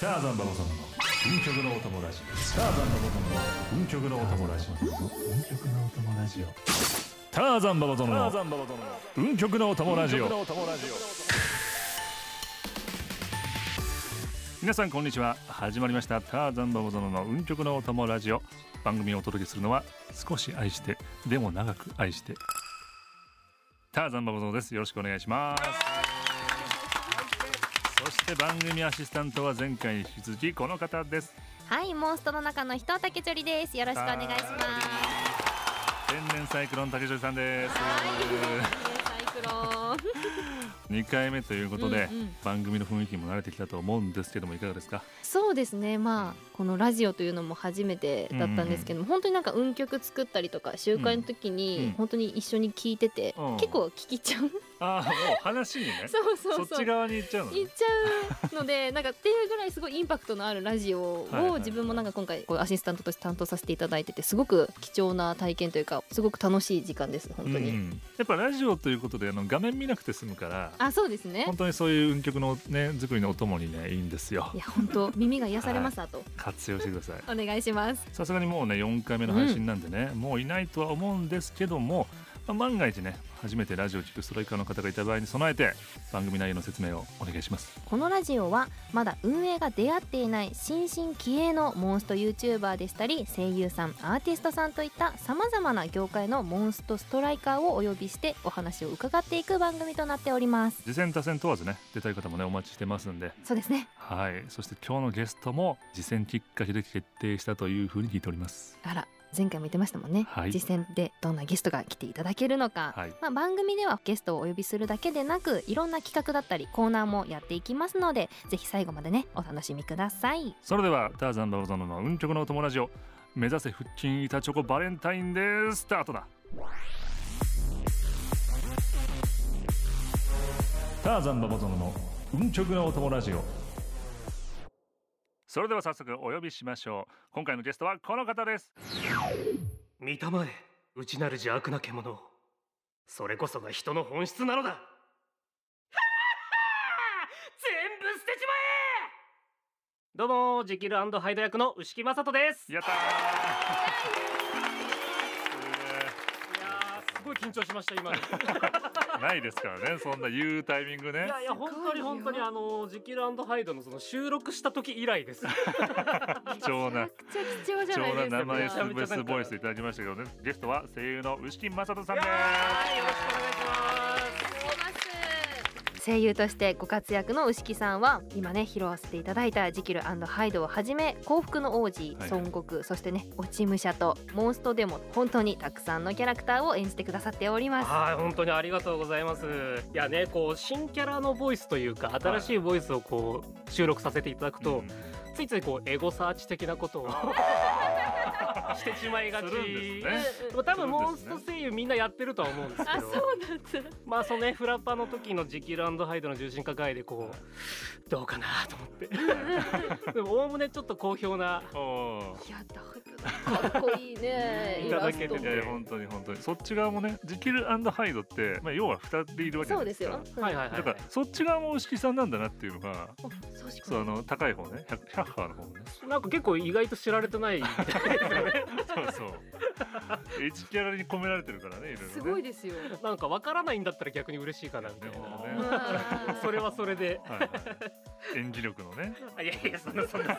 ターザンババ様の運極のお友達ターザンババ様の運極のお友達ターザンババ殿の運極のお友ラジオ皆さんこんにちは始まりましたターザンババ殿の運極のお供ラジオ番組をお届けするのは少し愛してでも長く愛してターザンババ殿ですよろしくお願いしますそして番組アシスタントは前回に引き続きこの方ですはい、モンストの中の人竹ちょりです。よろしくお願いします。天然サイクロン竹城さんですはい、サイクロン。 2回目ということで、うんうん番組の雰囲気も慣れてきたと思うんですけどもいかがですかそうですね。まあこのラジオというのも初めてだったんですけども、本当になんか運曲作ったりとか集会の時うんうんに本当に一緒に聞いてて、うん結構聞きちゃう。 ああもう話にねそうそうそう。そっち側に行っちゃうのね行っちゃうのでなんかっていうぐらいすごいインパクトのあるラジオはいはいはをい自分もなんか今回こうアシスタントとして担当させていただいててすごく貴重な体験というかすごく楽しい時間です本当に、うんうんやっぱラジオということであの画面見なくて済むからあそうですね本当にそういう運曲のね作りのお供にねいいんですよいや本当耳が癒されますあと活用してくださいお願いしますさすがにもうね4回目の配信なんでね、もういないとは思うんですけども、まあ万が一ね初めてラジオを聞くストライカーの方がいた場合に備えて番組内容の説明をお願いしますこのラジオはまだ運営が出会っていない新進気鋭のモンスト YouTuber でしたり声優さんアーティストさんといったさまざまな業界のモンストストライカーをお呼びしてお話を伺っていく番組となっております次戦他戦問わずね出たい方もねお待ちしてますんでそうですねはい、そして今日のゲストも次戦きっかけで決定したというふうに聞いております。あら前回も言ってましたもんね、はい実践でどんなゲストが来ていただけるのか、はいまあ、番組ではゲストをお呼びするだけでなくいろんな企画だったりコーナーもやっていきますのでぜひ最後までねお楽しみくださいそれではターザンババゾノの運極のお友達を目指せ腹筋板チョコバレンタインでスタートだ。ターザンババゾノの運極のお友達を。それでは早速お呼びしましょう。今回のゲストはこの方です。見たまえ内なる邪悪な獣それこそが人の本質なのだはっは全部捨てちまえどうもジキルハイド役の牛木雅人ですいやったー。やーすごい緊張しました今いないですからね、そんな言うタイミングね。や いや本当に本当にあのジキルハイドのその収録した時以 来です貴重なめちゃくちゃ貴重貴じゃない重でなすか名前めちゃスベめちゃなんかースボイスいただきましたけどねゲストは声優の牛木雅人さんいでやすーよろしくお願いします声優としてご活躍の牛木さんは今ね披露させていただいた「ジキルハイド」をはじめ幸福の王子はい孫悟空、そしてね落ち武者とモンストでも本当にたくさんのキャラクターを演じてくださっております。はい本当にありがとうございますいやねこう新キャラのボイスというか新しいボイスをこう収録させていただくと、うんついついこうエゴサーチ的なこと をしてしまいがちするんですねまあ多分するんですねモンスト声優みんなやってるとは思うんですなけどんだ。まあそのねフラッパーの時のジキルハイドの重心化会でこうどうかなと思って でもおおむねちょっと好評なおいやだいぶかっこいいねいただけてイラスートいやいや本当に本当にそっち側もねジキルハイドって、まあ、要は2人いるわけじゃなそういですかよ。はいはいだはいからそっち側も牛木さんなんだなっていうのがお確かそうあの高い方ね100 100ハーの方ねなんか結構意外と知られてない そうそう1キャラに込められてるからねいろいろねにすごいですよ。なんかわからないんだったら逆に嬉しいかなみたいなねねそれはそれではいはい、演技力のねあいやいやそんなそんな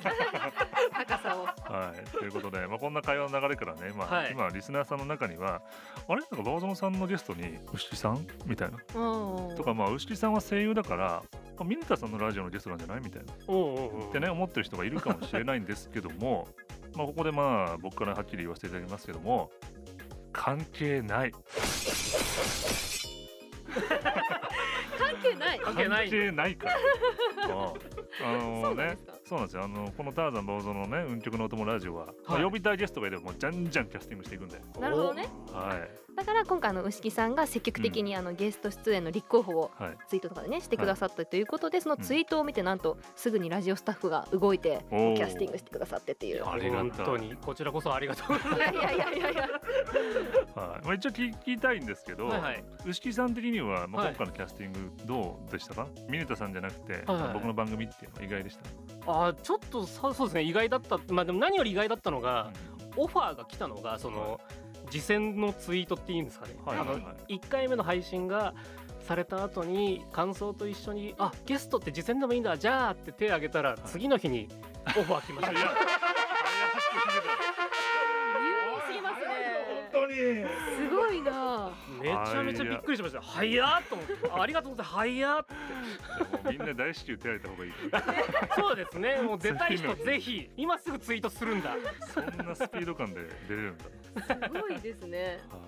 高さを。はい、ということで、まあ、こんな会話の流れからね、まあはい今リスナーさんの中にはあれなんかババゾンさんのゲストに牛木さんみたいなうんとか、まあ、牛木さんは声優だからあミネタさんのラジオのゲストなんじゃないみたいなっおうおうおうてね思ってる人がいるかもしれないんですけどもまあここでまあ僕からはっきり言わせていただきますけども関係ない関係ない。関関係ない係ない からあああのそうなんでねすか。そうなんですよあのこの「ターザン・ババゾンのね「運極のお供ラジオは」まあはい呼びたいゲストがいればもうじゃんじゃんキャスティングしていくんで、なるほどねはいだから今回あの牛木さんが積極的にあのゲスト出演の立候補をはい、ツイートとかでねしてくださったということで、そのツイートを見てなんとすぐにラジオスタッフが動いておーキャスティングしてくださってっていう。いありがたい本当にこちらこそありがとうござやいますいやいやいやいや。はいまあ、一応聞聞きたいんですけど、はいはい牛木さん的には、まあ、はい今回のキャスティングどうでしたか、ミネタさんじゃなくて、はいはい僕の番組っていうのは意外でしたあーちょっとさそうですね意外だったまあでも何より意外だったのが、オファーが来たのがその次戦のツイートっていうんですかね、はいはいはいあの1回目の配信がされた後に感想と一緒に「あゲストって次戦でもいいんだじゃあ」って手挙げたら次の日にオファー来ました、いや早すぎますねく聞いてた本すごいなめちゃめちゃびっくりしました「早っ!」と思って「ありがとうございます早っ!当にもうみんな大至急手を挙げた方がいい」そうです ねもう出たい次の人日ぜひ今すぐツイートするん だそんなスピード感で出れるんだすごいですねはい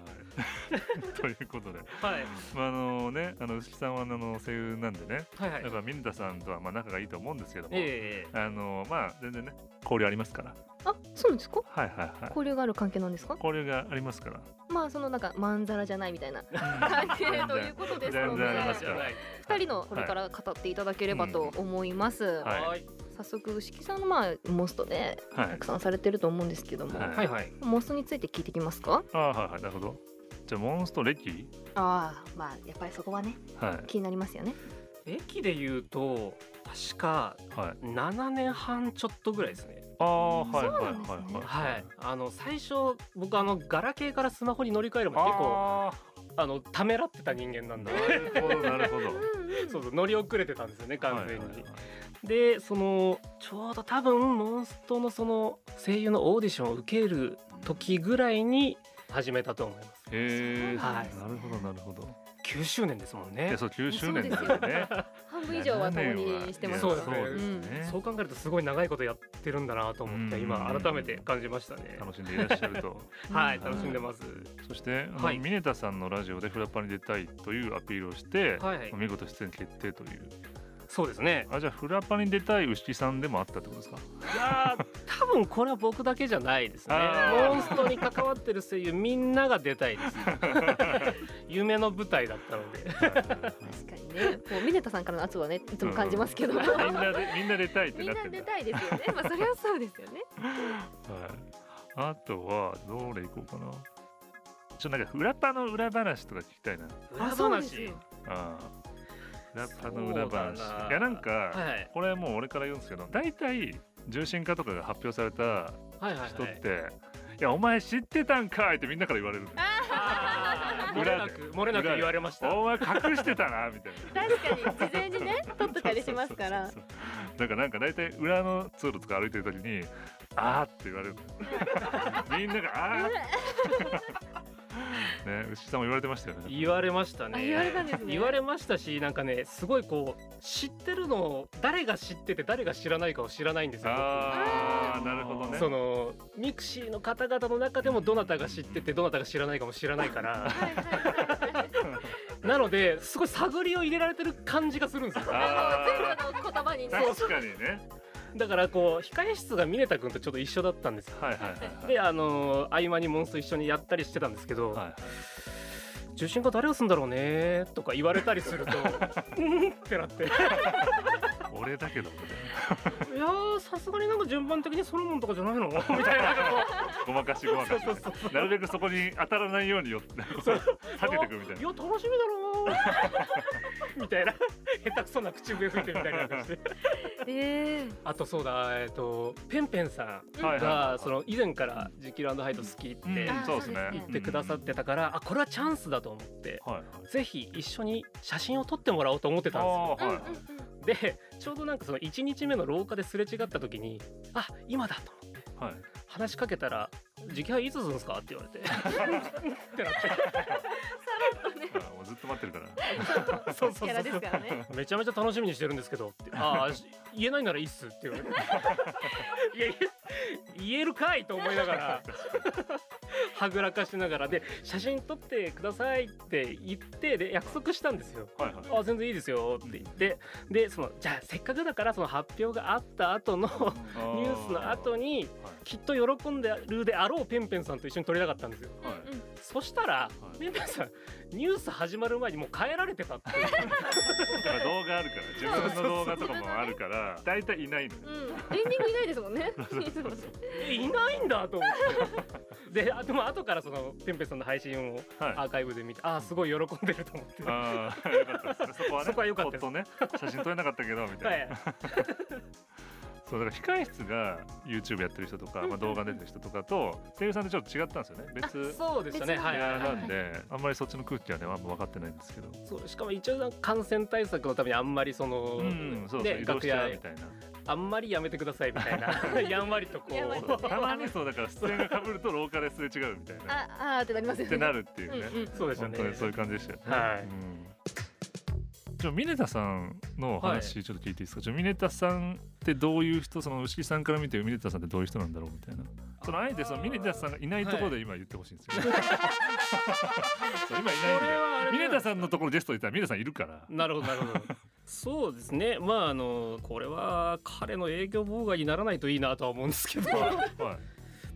ということで、はいまああのね、あの牛木さんはあの声優なんでね、はいはいだから水田さんとはまあ仲がいいと思うんですけども、ええあのまあ全然ね交流ありますから、あそうなんですかはいはいはい、交流がある関係なんですか交流がありますから、まあそのなんかまんざらじゃないみたいな関関係ということです全ので然ありますじゃから、ない二人のこれから語っていただければと思います、ははい早速牛木さんのまあモストではたいく、さんされてると思うんですけども、はいはいはいモストについて聞いてきますかああはいはいなるほど、じゃあモンスト歴、ああまあやっぱりそこはねはい気になりますよね駅で言うと確かはい、 7年半ちょっとぐらいですねああはいはいはいそうなんですねはい、はい、あの最初僕あのガラケーからスマホに乗り換えるまで結構ああのためらってた人間なんだーなるほどなるほど。そうそう乗り遅れてたんですよね完は全に、いはいはいでそのちょうど多分モンストのその声優のオーディションを受ける時ぐらいに始めたと思いますへえ、そうなんですねなるほどなるほど。 9周年ですもんいねやそう九周年だよね。半分以上は共にしてますそからうですそねうですね。そう考えるとすごい長いことやってるんだなと思っうてん今改めて感じましたね楽しんでいらっしゃるとはいうん楽しんでますそしてあの、はいミネタさんのラジオでフラパに出たいというアピールをして、はいはい見事出演決定というそうですねあじゃあフラパに出たい牛木さんでもあったってことですかいやー多分これは僕だけじゃないですねあーモンストに関わってる声優みんなが出たいです 夢の舞台だったので確かにねもうミネタさんからの圧はねいつも感じますけど、うんみんなでみんな出たいってみんななってんだ出たいですよねまあそれはそうで すよねはい、あとはどれいこうかなちょっとなんかフラパの裏話とか聞きたいな裏話あフラパの裏話そうだないやなんか、はいこれもう俺から言うんですけど大体重心化とかが発表されたはいはいはい人って「いやお前知ってたんかい!」ってみんなから言われるのあー漏れなく漏れなく言われましたお前隠してたな」みたいな。確かに事前にね撮っとたりしますからそうそうそうそうなんかなんか大体裏の通路とか歩いてる時に「あー」って言わ れるのみんなが「あー」ね牛さんも言われてましたよね言われましたあ言われねたんですね言われましたしなんかねすごいこう知ってるのを誰が知ってて誰が知らないかを知らないんですよあーなるほど僕ねそのミクシーの方々の中でもどなたが知っててどなたが知らないかも知らないからはいはいはいなのですごい探りを入れられてる感じがするん ですよああの全部の言葉にーね確かにねだからこう控え室がミネタ君とちょっと一緒だったんですよはいはいはいであのー合間にモンスと一緒にやったりしてたんですけど、はいはい受信が誰をするんだろうねとか言われたりする とうんってな っていや俺だけどみたいなーさすがになんか順番的にソロモンとかじゃない のみたいななんかごまかしごまかしそうそうそうなるべくそこに当たらないようによって避けてくみたいや楽しみだろ うみたいな下手くそな口笛吹いてみたりなんかしてええ あとそうだえっ、とペンペンさんなはいはいはがいその以前から「ジキルハイド好き」ってうん言あーそうですねそうですねってくださってたから、あこれはチャンスだと思ってはいはいぜひ一緒に写真を撮ってもらおうと思ってたんですよあーはいでちょうどなんかその1日目の廊下ですれ違った時に「あ今だ」と思ってはい話しかけたら「時期はいつするんですか?」って言わ れてってなってあーもうずっと待ってるからそうそうそうキャラですからねめちゃめちゃ楽しみにしてるんですけどってああし言えないならいいっすって言 われていやいや言えるかいと思いながらはぐらかしながらで写真撮ってくださいって言ってで約束したんですよ。はいはいあ全然いいですよって言ってでそのじゃあせっかくだからその発表があった後のニュースの後にはいきっと喜んでるであろうペンペンさんと一緒に撮りたかったんですよはいうんうんそしたら、いペンペンさんニュース始まる前にもう帰られてたっていうだから動画あるから自分の動画とかもあるから大体いないのようん、エンディングいないですもんね。いつもえいないんだと思ってであでも後からそのペンペンさんの配信をはいアーカイブで見て、あーすごい喜んでると思ってはああ、よかったですね。そこはね、そこは良かったですほとね、写真撮れなかったけどみたいな。いそうだから控え室が YouTube やってる人とか、まあ、動画出てる人とかと声優さんってちょっと違ったんですよね別そうでしたね別はいはいやはないんであんまりそっちの空気はねあんま分かってないんですけどそうしかも一応なんか感染対策のためにあんまりその、うんそうそうね移動し楽ちゃう屋みたいなあんまりやめてくださいみたいな やんわりとこやんわりうそうたまにそうだから出演がかぶると廊下ですれ違うみたいなああーってなりますっよてねなるっていううんうねんそうでした本ね当にそういう感じでしたよねはいうんじゃあミネタさんの話ちょっと聞いていいですか、じゃあミネタさんってどういう人その牛木さんから見てミネタさんってどういう人なんだろうみたいなそのあえてそのミネタさんがいないところで今言ってほしいんですよ、 そう今いないんこれではあれミネタさんのところゲストいたらミネタさんいるからなるほどなるほどそうですねまああのこれは彼の営業妨害にならないといいなとは思うんですけど まはい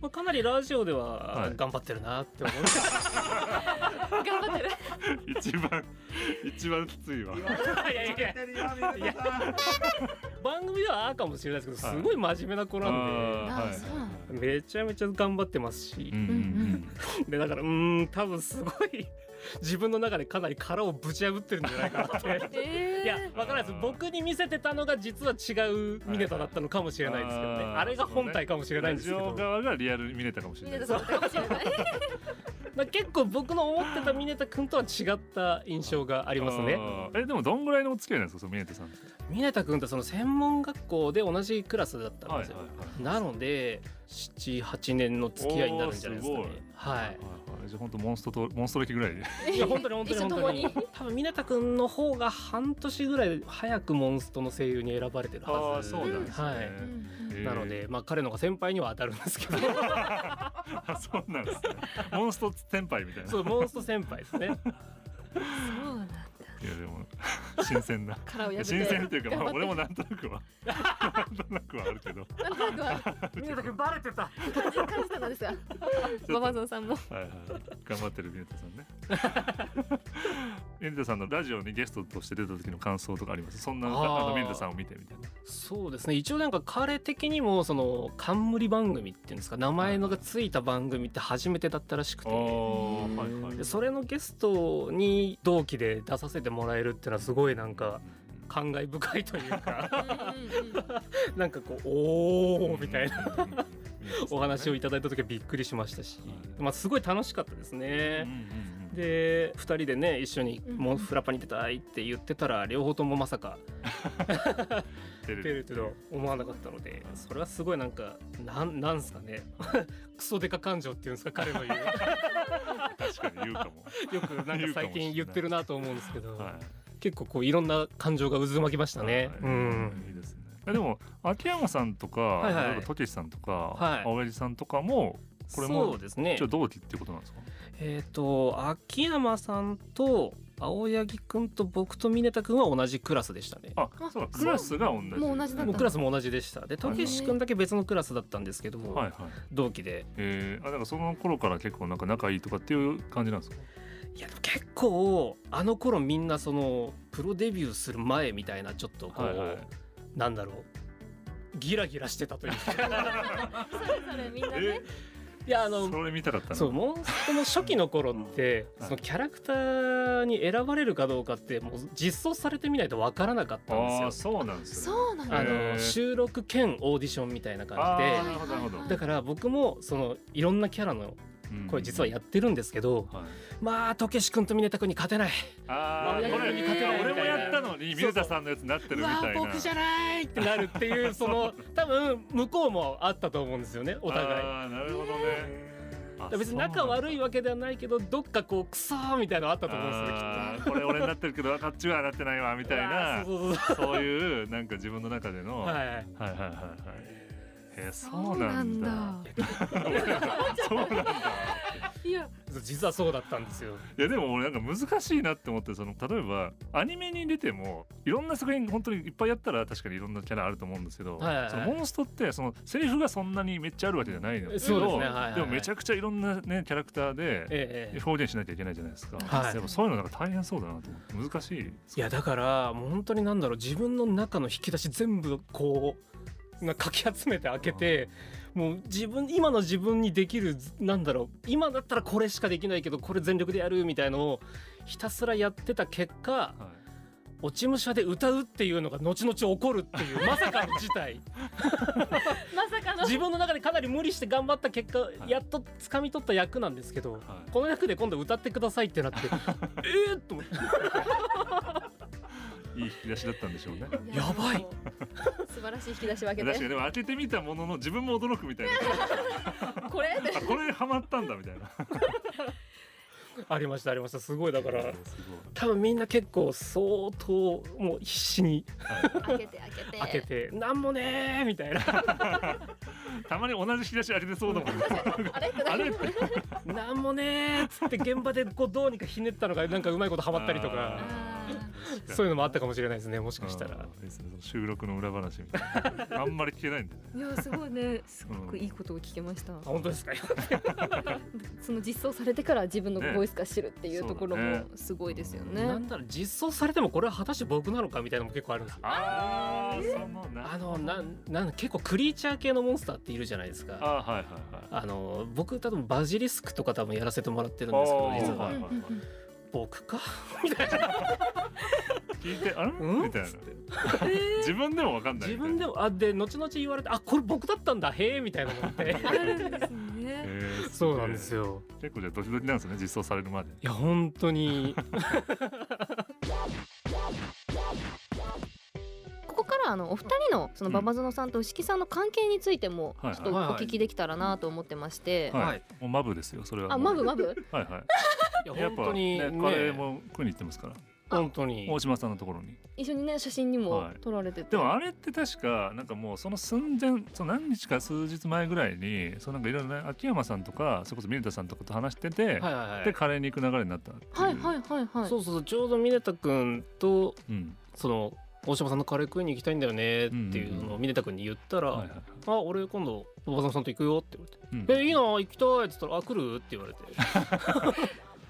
あかなりラジオでははい頑張ってるなって思う、頑張ってる一番一番きついわ い、やいや番組ではああかもしれないですけどはいすごい真面目な子なんで、ああーそうなのめちゃめちゃ頑張ってますしうん、うんでだからうーん多分すごい自分の中でかなり殻をぶち破ってるんじゃないかなって。えいやえわからないです僕に見せてたのが実は違うミネタだったのかもしれないですけどねあーあれが本体かもしうれんないんラですジけどオ側がリアルミネタかもしれ見ないえでたすかもしれないだから結構僕の思ってたミネタ君とは違った印象がありますね。あーえでもどんぐらいのお付き合いなんですかそのミネタさんってミネタ君とその専門学校で同じクラスだったんですよ。なので78年の付き合いになるんじゃないですかねおーすごい。はいいじゃあ本当モンストとモンスト歴ぐら いでいや本当に本当に一緒本に当に多分ミネタ君の方が半年ぐらい早くモンストの声優に選ばれてるはずうなんですねはいうんうんえーなのでまあ彼の方が先輩には当たるんですけどあそうなんですねモンスト先輩みたいなそうモンスト先輩です ね。そうなんだいやでも新鮮 な殻を破って新鮮っていうかまあ頑張俺もなんとなくはなんとなくはあるけどってなんとなくはミネタ君バレてた。感じ感じたのですがとママゾンさんもはいはい頑張ってるミネタさんね ミネタさんのラジオにゲストとして出た時の感想とかありますそんなああーのミネタさんを見てみたいなそうですね一応なんか彼的にもその冠番組っていうんですか名前のがついた番組って初めてだったらしくてーはいはいでそれのゲストに同期で出させてもらえるっていうのはすごいなんか感慨深いというか なんかこうおおみたいななお話をいたただいた時はびっくりしましたしはい、まあ、すごい楽しかったですね。で2人でね一緒に「もうフラパに出たい」って言ってたら両方ともまさか出出るとは思わなかったのでそれはすごいなんかなんなんすかね クソデカ感情っていうんですか彼の 言う確かに言うかもよくなんか最近言ってるなと思うんですけど、は結構こういろんな感情が渦巻きましい。たね、はいうんいいですね。でも秋山さんとか、いはい例えばとけしさんとか、はい青柳さんとかもこれもそうですね一応同期っていうことなんですか。えっ、と秋山さんと青柳くんと僕と峰田くんは同じクラスでしたねあ、そうかクラスが同じ。もう同じだったもんうクラスも同じでしたでたけしくんだけ別のクラスだったんですけど、はいはい。同期でえー、あ、だからその頃から結構なんか仲いいとかっていう感じなんですか。いやでも結構あの頃みんなそのプロデビューする前みたいなちょっとこう、はいはいなんだろうギラギラしてたとい うかそれぞれみんなねいやあのそれ見たかったな。そうモンストの初期の頃って、うんそのキャラクターに選ばれるかどうかってもう実装されてみないとわからなかったんああ、ですよ。そうなんですよ、ね。 そうなんだあへーの収録兼オーディションみたいなあ感ーじなるほど なるほどは。いでだから僕もそのいろんなキャラのうん声実はやってるんですけど、はいまあとけし君とミネタ君に勝てないああ、これ青柳に勝てないみ俺たいなもやったのに、ミネタさんのやつになってるみたいな。うわ僕じゃないってなるっていうそ の多分向こうもあったと思うんですよねお互い。あーなるほどね。あ別に仲悪いわけではないけどどっかこうクソーみたいなのあったと思うんですよねきっとあーこれ俺になってるけどあこっちはなってないわみたいなうわーそうそうそそういうなんか自分の中での、うはい、ははいいはいはいえーそうなんだそうなんだいや実はそうだったんですよいやでも俺なんか難しいなって思ってその例えばアニメに出てもいろんな作品本当にいっぱいやったら確かにいろんなキャラあると思うんですけど、はいはいはいそのモンストってそのセリフがそんなにめっちゃあるわけじゃないのけどそうですねはいはいはいでもめちゃくちゃいろんなねキャラクターでえええ表現しなきゃいけないじゃないですか、はいでもそういうのなんか大変そうだなと思って難しいえいやだからもう本当になんだろう自分の中の引き出し全部こうなかき集めて開けてもう自分今の自分にできるなんだろう今だったらこれしかできないけどこれ全力でやるみたいのをひたすらやってた結果はい落ち武者で歌うっていうのが後々起こるって いうまさかの事態まさかの自分の中でかなり無理して頑張った結果、いやっと掴み取った役なんですけど、はいこの役で今度歌ってくださいってな ってえーっと思っていい引き出しだったんでしょうね。いややばいもう素晴らしい引き出し分け確かでにでも当ててみたものの自分も驚くみたいな。これあこれハマったんだみたいな。ありましたありましたすごいだからすご多分みんな結構相当もう必死に開けて開けて開けて「なんもねー」みたいな い。たまに同じ引き出し当ててそうだもんね。あれあれって「なんもねー」っつって現場でこうどうにかひねったのがなんかうまいことハマったりとあかーそういうのもあったかもしれないですねもしかしたあら。ーいいですねその収録の裏話みたいな。あんまり聞けないんでね。いやすごいねすごくいいことを聞けました、あ本当ですかその実装されてから自分のボイス化知るっていうところねもすごいですよねなんだろう実装されてもこれは果たして僕なのかみたいなのも結構あるんですよ。ああ、そのな。あのなんなん結構クリーチャー系のモンスターっているじゃないですか。あーはいはいはい。あの僕多分バジリスクとか多分やらせてもらってるんですけどあー実ははいはいはい僕 か聞いて、あれうんみたいなつっ。自分でもわかんない自みたいな。分でもあで後々言われてあこれ僕だったんだへえみたいなのってあるんですねえー そうなんです。よ。結構じゃあドキドキなんですね。実装されるまで。いや本当にここからあのお二人のそのうんババゾノさんと牛木さんの関係についてもちょはいっとお聞きできたらなと思ってまして、いははいい。もうマブですよ。それは。あマブ。マブはいはい。いややっ本ぱ当に、ねね、カレーも食いに行ってますから本当に大島さんのところに一緒にね写真にもはい撮られてて、でもあれって確かなんかもうその寸前その何日か数日前ぐらいにそうなんかいろいろね秋山さんとかそれこそミネタさんとかと話してて、はいはいはいでカレーに行く流れになったっていうはいはいはいはいそうそうそうちょうどミネタ君とうんその大島さんのカレー食いに行きたいんだよねっていううんうんのうをミネタ君に言ったら「はいはいはいあ俺今度おばさんさんと行くよ」って言われてうん「えいいな行きたい」っつったら「あ来る?」って言われて「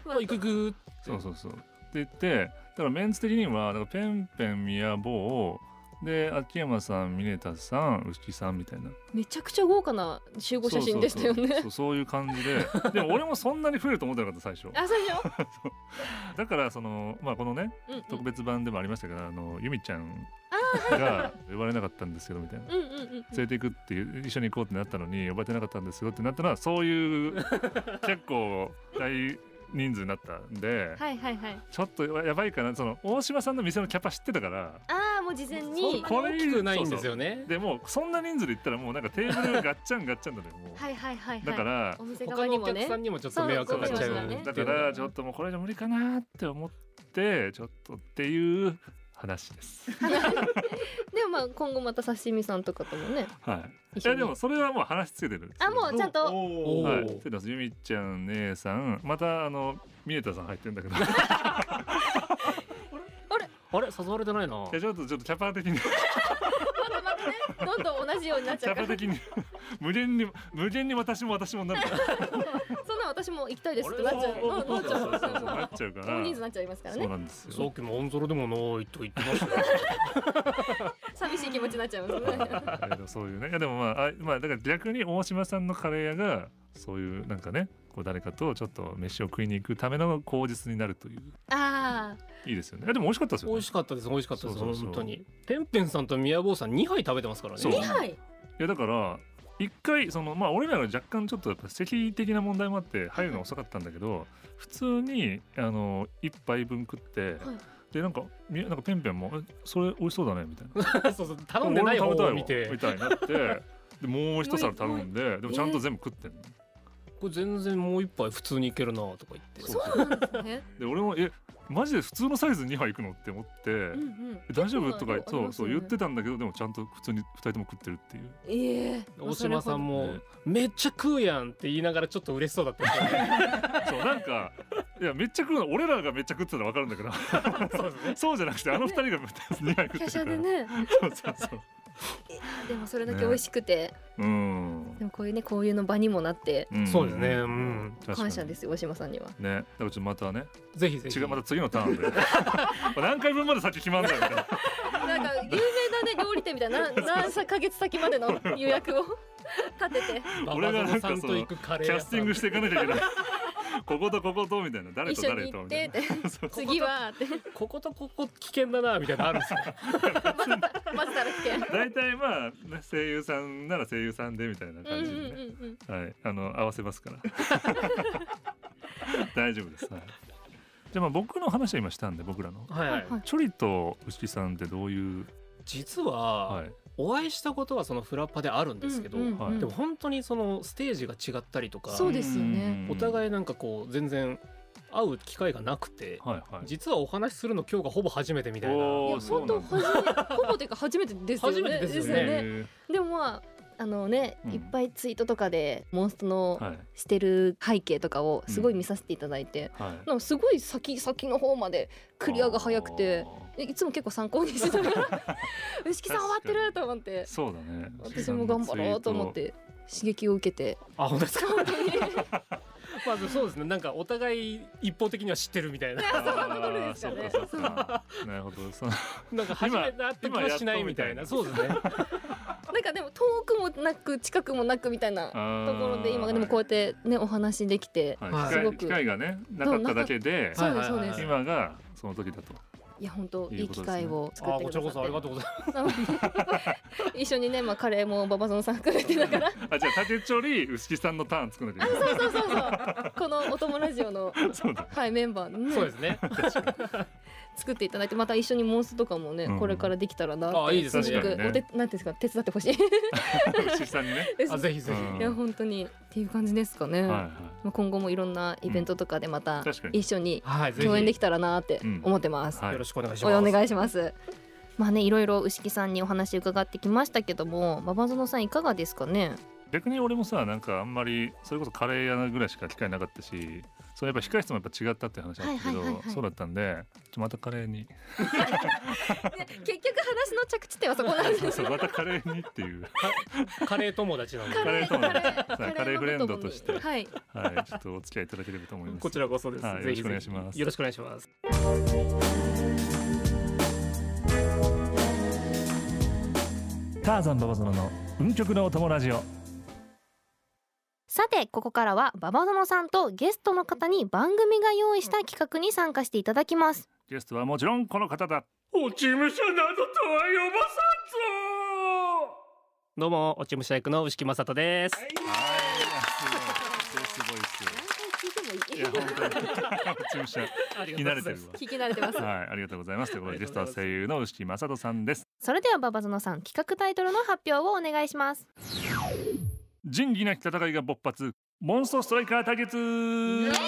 あ行く行く」って そうそうそうって言ってだからメンツ的にはだからペンペン宮坊で秋山さんミネタさん牛木さんみたいなめちゃくちゃ豪華な集合写真でしたよそうそうねそうそういう感じででも俺もそんなに増えると思ってなかった最初 あそうでしょ、だからそのまあこのねうんうん、特別版でもありましたけど、あの由美ちゃんが呼ばれなかったんですけどみたいな。うんうんうんうん連れて行くっていう一緒に行こうってなったのに呼ばれてなかったんですよってなったのはそういう結構大人数になったんで、はいはいはいちょっとやばいかなその大島さんの店のキャパ知ってたからああもう事前にそうこれ大きくないんですよね。でもうそんな人数で行ったらもうなんかテーブルがっちゃんがっちゃんだねもう、はいはいはいはいだから、お店他側のにおも客ねさんにもちょっと迷惑かかっちゃそううそうだからちょっともうこれじゃ無理かなって思ってちょっとっていう話です。でもまあ今後また刺身さんとかともねはい、い一緒やにでもそれはもう話つけてるんですあよもうちゃんとおはい、ーついてますゆみちゃん姉さんまたあのミネタさん入ってるんだけどいあれ誘われてないなやちょっとちょっとキャパ的にまたまたねどんどん同じようになっキちゃうャ パから的に無限に無限に私も私もなんだそんな私も行きたいですってなっちゃうおなーっちゃうそうそうそうなっちゃなうっちゃうから大人数になっちゃいますからそうねなんですさよっきもオンゾロでもないと言ってました よ寂しい気持ちになっちゃいますはいね いやでもそういうねいやでもまああまあだから逆に大島さんのカレー屋がそういうなんかねこう誰かとちょっと飯を食いに行くための口実になるというあいいですよねいやでも美味しかったですよ、美ね、味しかったです美味しかったですそうそうそう本当にペンペンさんと宮坊さん2杯食べてますからねそう2杯いやだから一回そのまあ俺らが若干ちょっとやっぱ席的な問題もあって入るのが遅かったんだけど普通にあの一杯分食って、はいでなんかみなんかペンペンもえ「それ美味しそうだね」みたいな そうそう頼んでない方俺も食べたいをわ見てみたいになってでもう一皿頼んででもちゃんと全部食ってんの。これ全然もう一杯普通にいけるなとか言ってそうそうなんですねで俺も「えマジで普通のサイズ2杯いくの?」って思ってうんうん「え大丈夫?」とか結構ありそうますそようね言ってたんだけどでもちゃんと普通に2人とも食ってるっていう。ええ大島さんもね「めっちゃ食うやん」って言いながらちょっと嬉しそうだったんでそうなんかいやめっちゃ食うの俺らがめっちゃ食ってたら分かるんだけど そうじゃなくてあの二人 が2杯食って華るから奢で ねそうそうそうでもそれだけ美味しくて、うんでもこういうねこういうの場にもなってうんそうですねうん確かに感謝ですよ大島さんにはねだからちょっとまたねぜひぜひ違うまた次のタ ーンで何回分まで先決まんだよみたいななんか有名なね料理店みたい なな何さヶ月先までの予約を 立ててバ俺がなんバゾノかさんと行くカレーキャ屋スさティングしていかなきゃいけないこことこことみたいな誰と一緒誰にと行っみたていってな そう次はってこことここ危険だなみたいなのあるんですよ。まずだらけ。大体まあね声優さんなら声優さんでみたいなうんう感んじでね、うんはい、あの合わせますから。 大丈夫です。はい、じゃあまあ僕の話は今したんで僕らの。はい、はいはいチョリと牛木さんってどういう、実は、はい、お会いしたことはそのフラッパであるんうん。ですけど、うんうんはいでも本当にそのステージが違ったりとか、そうですよねうんお互いなんかこう全然会う機会がなくて、はいはい。実はお話しするの今日がほぼ初めてみたいおな。いーや本当そう初めほぼというか初めてですよね。初めてですよねよねへでもまああのね、うんいっぱいツイートとかでモンストのーはいしてる背景とかをすごい見させていただいて、はい。なんかすごい先先の方までクリアが早くてあえいつも結構参考にしてたから 牛木さん終わってると思ってー。そうだね。私も頑張ろうと思って刺激を受け てあ本当ですか。まずそうですね。なんかお互い一方的には知ってるみたいな。牛木さんのツイート。そんなことですあーそうかそうかよねなるほど。そうなんか初めて会った気はしないみたいな。今そうですね。なんかでも遠くもなく近くもなくみたいなところで今でもこうやっ。てねお話できてあーはいはい、す機ご会く機会がねなかっただけでそうですはいそうはいではいすはい今がその時だと。いや本当いいいいこと機ですね会をあ作ってこくちらだこそさあっりてがとうございます。 一緒にね、まあ、カレーも馬場園さん含めてだからあじゃあ竹ちょり牛木さんのターン作らなきゃいけない。そうそうそうそうこのお友ラジオの、そうだ。はい、メンバーにね そうですね。作っていただいてまた一緒にモンストとかもね、うんこれからできたらなあいいですねすごく確かにねお手なんていうんですか手伝ってほしい牛さんにね。ですあぜひぜひ。うんいや本当にっていう感じですかね、はいまはあ今後もいろんなイベントとかでまんた確かに一緒にはいぜひ。共演できたらなってうん思ってます、い。はいよろしくお願いしおます。願いしますまあねいろいろ牛木さんにお話伺ってきましたけども馬場園さんいかがですかね逆に俺もさなんかあんまりそれこそカレー屋ぐらいしか機会なかったしそうやっぱ控室もやっぱ違ったって話なんだけど、はいはいはいはいそうだったんでちょっとまたカレー に結局話の着地点はそこなんですそうそうまたカレーにっていう、カレー友達なんで。カレーともーカレーフレンドとしてはい、はい、ちょっとお付き合いいただければと思います。 こちらこそです。はいぜひぜひよろしくお願いしますよろしくお願いします。ターザンババゾノの運極のお友ラジオ。さてここからは馬場園さんとゲストの方に番組が用意した企画に参加していただきますゲストはもちろんこの方だ。落ち武者などとは呼ばさんぞどうも落ち武者役の牛木正人です、はい、すごいすごいすごい。いや本当に注射あり聞き慣れてる聞き慣れてますわ。はい、ありがとうございます。ということであゲりがスとうトごはざいます声優の牛木雅人さんです。それでは馬場園さん企画タイトルの発表をお願いします仁義なき戦いが勃発モンストストライカー対決ということで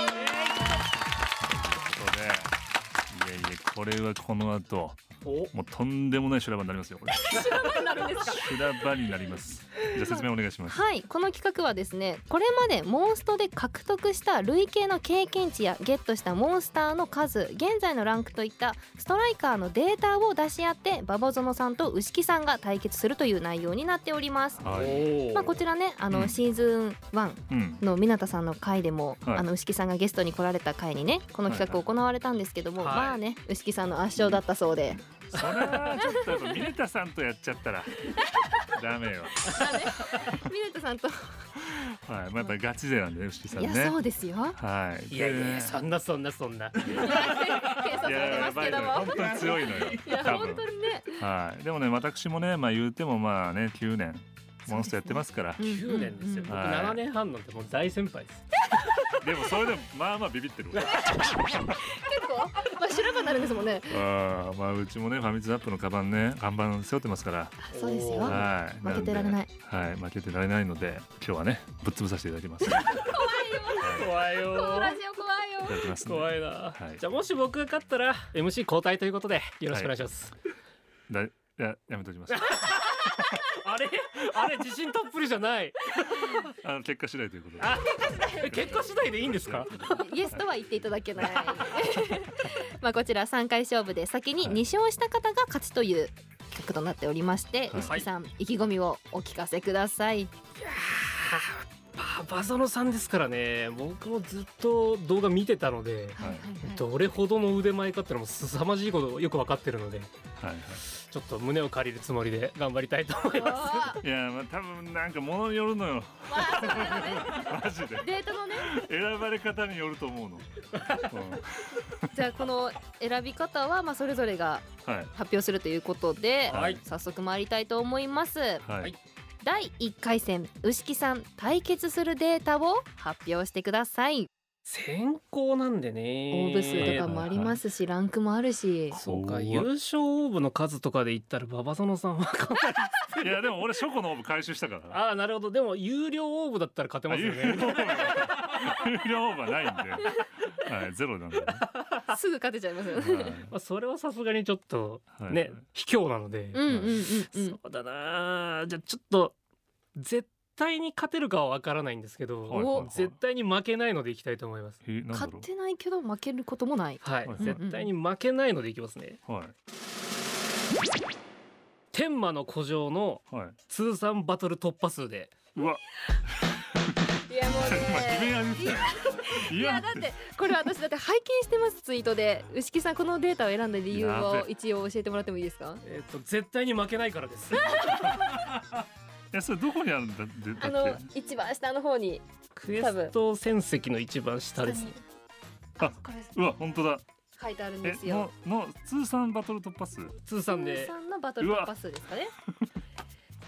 いやいやこれはこの後おもうとんでもない修羅場になりますよこれなるんですか修羅場になりますじゃあ説明お願いしますはいこの企画はですねこれまでモンストで獲得した累計の経験値やゲットしたモンスターの数現在のランクといったストライカーのデータを出し合って馬場園さんと牛木さんが対決するという内容になっております。はい、まあ、こちらねあの、うんシーズン1うん、の湊田さんの回でも、はいあの牛木さんがゲストに来られた回にねこの企画行われたんですけども、はいまあね牛木さんの圧勝だったそうで、それはちょっとやっぱミネタさんとやっちゃったらダメよミネトさんとはい、まあ、やっぱガチ勢なんでね牛木さんいねやそうですよ はいいやいやいでやそんなそんなそんな検査さいれやてまやすばけいねども本当に強いのよいや多本分当にねはい、でもね私もね、まあ、言うてもまあね9年モンストやってますからで9年ですよ、ん僕はい7年半なんてもう大先輩ですもそれでもまあまあビビってる結構まあ修羅場になるんですもんねあー、まあ、うちもねファミツアップのカバンね看板背負ってますから、そうですよおーはい、負けてられないんではい負けてられないので今日はねぶっ潰させていただきますいた怖いこのよラジオ怖いよだきます、ね、怖いな、はいじゃあもし僕が勝ったら MC 交代ということでよろしくお願いします、だいややめときます あれ あれ自信たっぷりじゃないあの結果次第ということであ 結果次第でいいんですかゲストは言っていた だけないまあ、こちら3回勝負で先にはい2勝した方が勝ちという企画となっておりまして、はい牛木さん意気込みをお聞かせくださいババザノさんですからね僕もずっと動画見てたのではいどれほどの腕前かってのも凄まじいことよく分かってるのではいはいちょっと胸を借りるつもりで頑張りたいと思いますあいやまあ多分なんか物によるのよーまあそうだ マジでよねデータのね選ばれ方によると思うの、うんじゃあこの選び方はまあそれぞれがはい発表するということで、はい早速参りたいと思いますはいはい第1回戦牛木さん対決するデータを発表してください先行なんで応ね募数とかもありますし、ランクもあるしそうか怖い優勝応募の数とかで言ったら馬場園さんはかなりいやでも俺ショコのオーブ回収したからああなるほどでも有料応募だったら勝てますよ有料オねーブ有料オーブはないんで、はい、ゼロなんで、ね すぐ勝てちゃいますよねまあそれはさすがにちょっとはいはいね卑怯なのでうんうんうんうんそうだなあじゃあちょっと絶対に勝てるかは分からないんですけど、はいはいはい絶対に負けないのでいきたいと思いますえなんだ勝ろてないけど負けることもないはい、はい絶対に負けないのでいきますねうはい天満の古城のはい通算バトル突破数でうわいやもう今決められてたよいいやだってこれ私だって拝見してますツイートで牛木さんこのデータを選んだ理由やをべ一応教えてもらってもいいですかえっ、と絶対に負けないからですいやそれどこにあるんだってあだのっけ一番下の方にクエスト戦績の一番下ですあこれうわ本当だ書いてあるんですえよのの通算バトル突破数通算でさんのバトル突破数ですかね。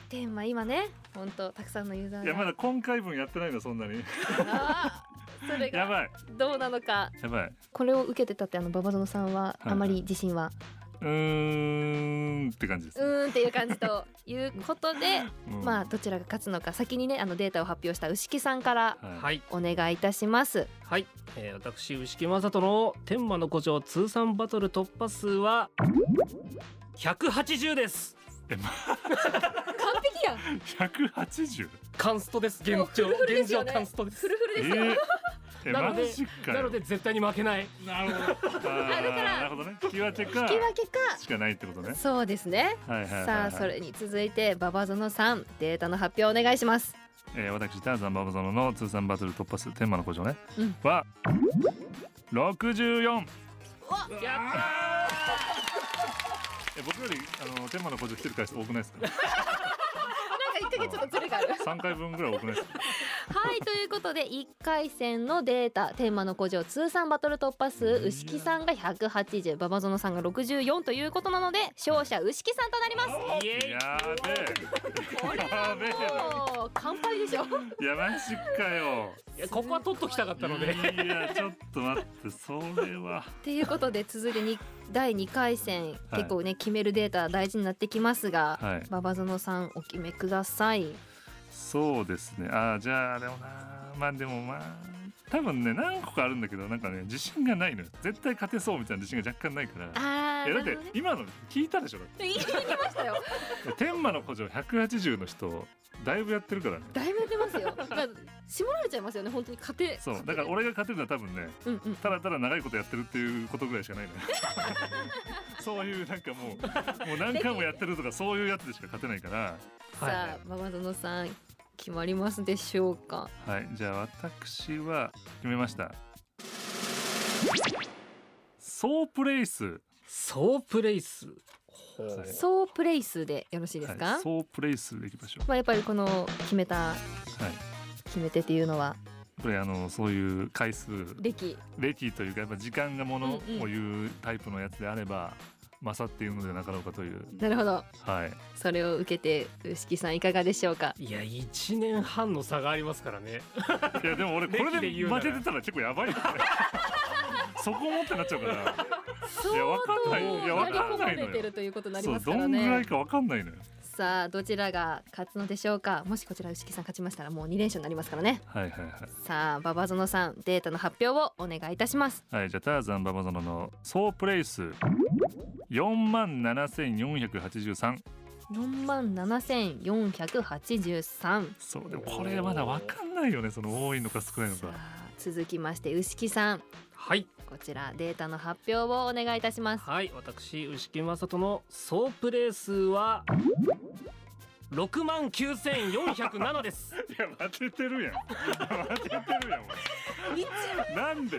テーマ今ね、本当たくさんのユーザーいがやまだ今回分やってないんだそんなにあーそれやがばいどうなのか。やばいこれを受けてたってあのババゾノさんははいあまり自信は、うーんって感じです、うーんっていう感じというこ とで、うんまあどちらが勝つのか先にねあのデータを発表した牛木さんからはい、はいお願いいたします。はい、えー、私牛木正人の天満の古城通算バトル突破数は180です完璧やん。 180? カンストです現状、もうフルフルで現すよ状ねカンストですフルフルえですよ。ー、えなマのでジかよなので絶対に負けないなるほどああだーからなるほどね引き分けか引き分けか。しかないってことねそうですね。はいはいはい、はい、さあそれに続いてババゾノさんデータの発表お願いします。えー、私ターザンババゾノの通算バトル突破数天満の古城ね、うんは64え僕よりあの天満の古城来てる回数多くないですかなんか一ヶ月のズレがある。三回分ぐらい多くないですかはいということで1回戦のデータテーマの古城通算バトル突破数牛木さんが180馬場園さんが64ということなので勝者牛木さんとなりますイエーイやべえやべえなもう乾杯でしょいやマジかよいやここは取っときたかったのでいやちょっと待ってそれはということで続いてに第2回戦、い結構ね決めるデータ大事になってきますが、はい馬場園さんお決めくださいそうですねあーじゃあでもなまあでもまあ多分ね何個かあるんだけどなんかね自信がないのよ絶対勝てそうみたいな自信が若干ないからあいやだってね今の聞いたでしょだっ言いに来ましたよて天満の古城180の人だいぶやってるからねだいぶ出ますよ、まあ、絞られちゃいますよね本当に勝てそうだから俺が勝てるのは多分ねうんうんただただ長いことやってるっていうことぐらいしかないのよそういうなんかもうもう何回もやってるとかそういうやつでしか勝てないからはいはさあい馬場園さん決まりますでしょうかはい、じゃあ私は決めました。総プレイ数、総プレイ数ほうはい総プレイ数でよろしいですか、はい、総プレイ数でいきましょまあやっぱりこの決めう。たはい、決め手っていうのはこれあのそういう回数、歴歴というかやっぱ時間がものをうんうん言うタイプのやつであれば、勝っているのではなかろうかという。なるほど はい。それを受けて牛木さんいかがでしょうかいや1年半の差がありますからねいやでも俺これ歴でで言うな負らけてたら結構やばいよね。そこもってなっちゃうから。いやわかんない相当いやわかんなやいりのよ込まれてるという ことになりそうますかどらんぐらいねかわかんないのよ。さあどちらが勝つのでしょうかもしこちら牛木さん勝ちましたらもう2連勝になりますからねはいはいはい。さあ馬場園さんデータの発表をお願いいたしますはい、じゃあターザンババゾノの総プレイ数4万7483 4万7483そうでもこれまだわかんないよねその多いのか少ないのさかあ続きまして牛木さんはいこちらデータの発表をお願いいたしますはい私牛木正人の総プレイ数は六万九千四百七です。いや負けてるやん負けてるやん俺なんで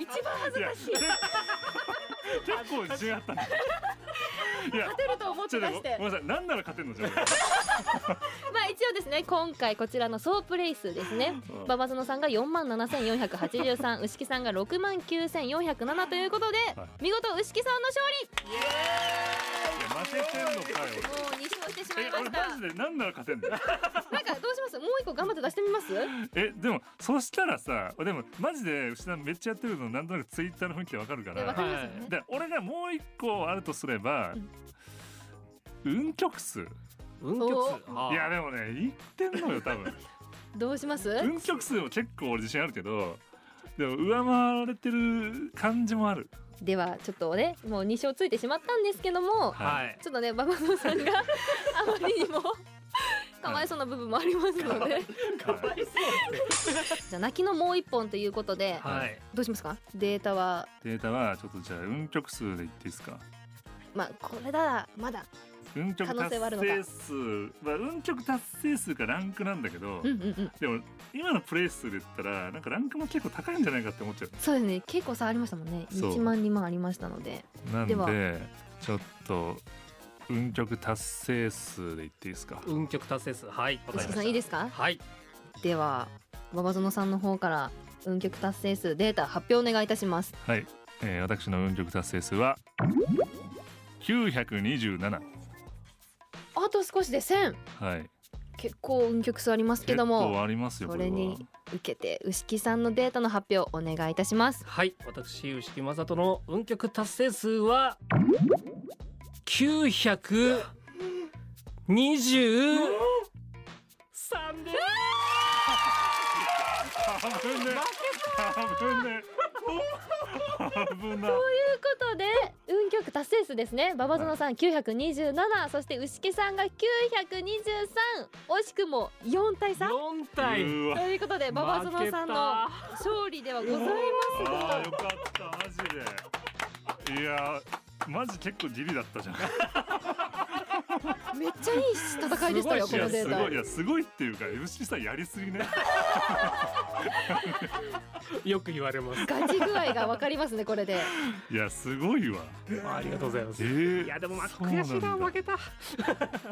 一番恥いずやかしい 結構自信あったんだいや勝てると思っちょてっとまごしてごめんなさいなんなら勝てんのじゃ まあ一応ですね今回こちらの総プレイ数ですねうん馬場園さんが4万7483 牛木さんが6万9407ということで、は見事牛木さんの勝俺いや負けてんのかよ利もう2勝してしまいえま俺したマジでなんなら勝てんだよなんかどうしますもう一個頑張って出してみますえでもそしたらさでもマジで牛田めっちゃやってるのなんとなくツイッターの雰囲気でわかるかえわらかりますよね、で俺がもう一個あるとすれば、運極数運極数いやでもね言ってんのよ多 分どうします運極数も結構俺自信あるけどでも上回られてる感じもあるではちょっとねもう2勝ついてしまったんですけどもはい。ちょっとね馬場園さんがあまりにもかわいそうな部分もありますのでかわいそうじゃあ泣きのもう一本ということで、はい。どうしますかデータはデータはちょっとじゃあ運極数で言っていいですかまあこれならまだ運極可能達性はあるのか成数まあ運極達成数がランクなんだけど、うんうんうんでも今のプレイ数で言ったらなんかランクも結構高いんじゃないかって思っちゃうそうですね結構差ありましたもんねそう1万2万ありましたのでなんではでちょっと運極達成数で言っていいですか運極達成数。はい。わかりま牛した木さんいいですかはい。では馬場園さんの方から運極達成数データ発表お願いいたしますはい、えー、私の運極達成数は927あと少しで1000はい結構運極数ありますけ結ども構ありますよそこれれはに受けて牛木さんのデータの発表お願いいたしますはい。私牛木正人の運極達成数は九百二十三です。危ね危ね危なということで運極達成数ですね馬場園さん927そして牛木さんが923惜しくも4対3四対。うとわいうことで馬場園さんの負勝利ではございますあがーよかったマジでいやーマジ結構ギリだったじゃんめっちゃいい戦いでしたよすこごいいやのデすータごいいやすごいっていうか MC さんやりすぎねけたよく言われます。ガチ具合が分かりますねこれでいやすごいわ ありがとうございまえす。ー、いやでもまあそうな悔しいんだな負けた。い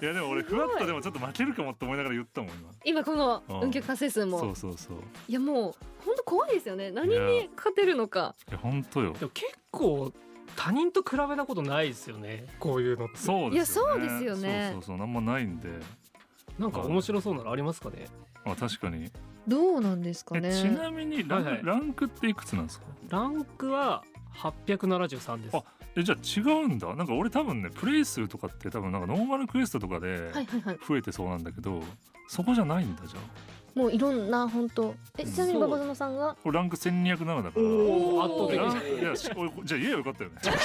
やでも俺ふわっとでもちょっと負けるかもって思いながら言ったもん今このうん運極達成数今そもうそうそういいやもう本当怖いですよね何いやに勝てるのかや本当よでも結構他人と比べたことないですよね。こういうのって。そういでやすよそうねですよねそうそうそうなんもないんでなんか面白そうなのありますかね。まあ確かにどうなんですかえねちなみにラン,、はいはいランクっていくつなんですかランクは873ですあ。えじゃあ違うんだなんか俺多分ねプレイ数とかって多分なんかノーマルクエストとかではいはいはい増えてそうなんだけど、そこじゃないんだじゃあもういろんな本当えうんちなみに馬そう場園さんがこれランク1207だかおおーらラーン圧倒的いやし俺じゃあ言えばよか ったよねでも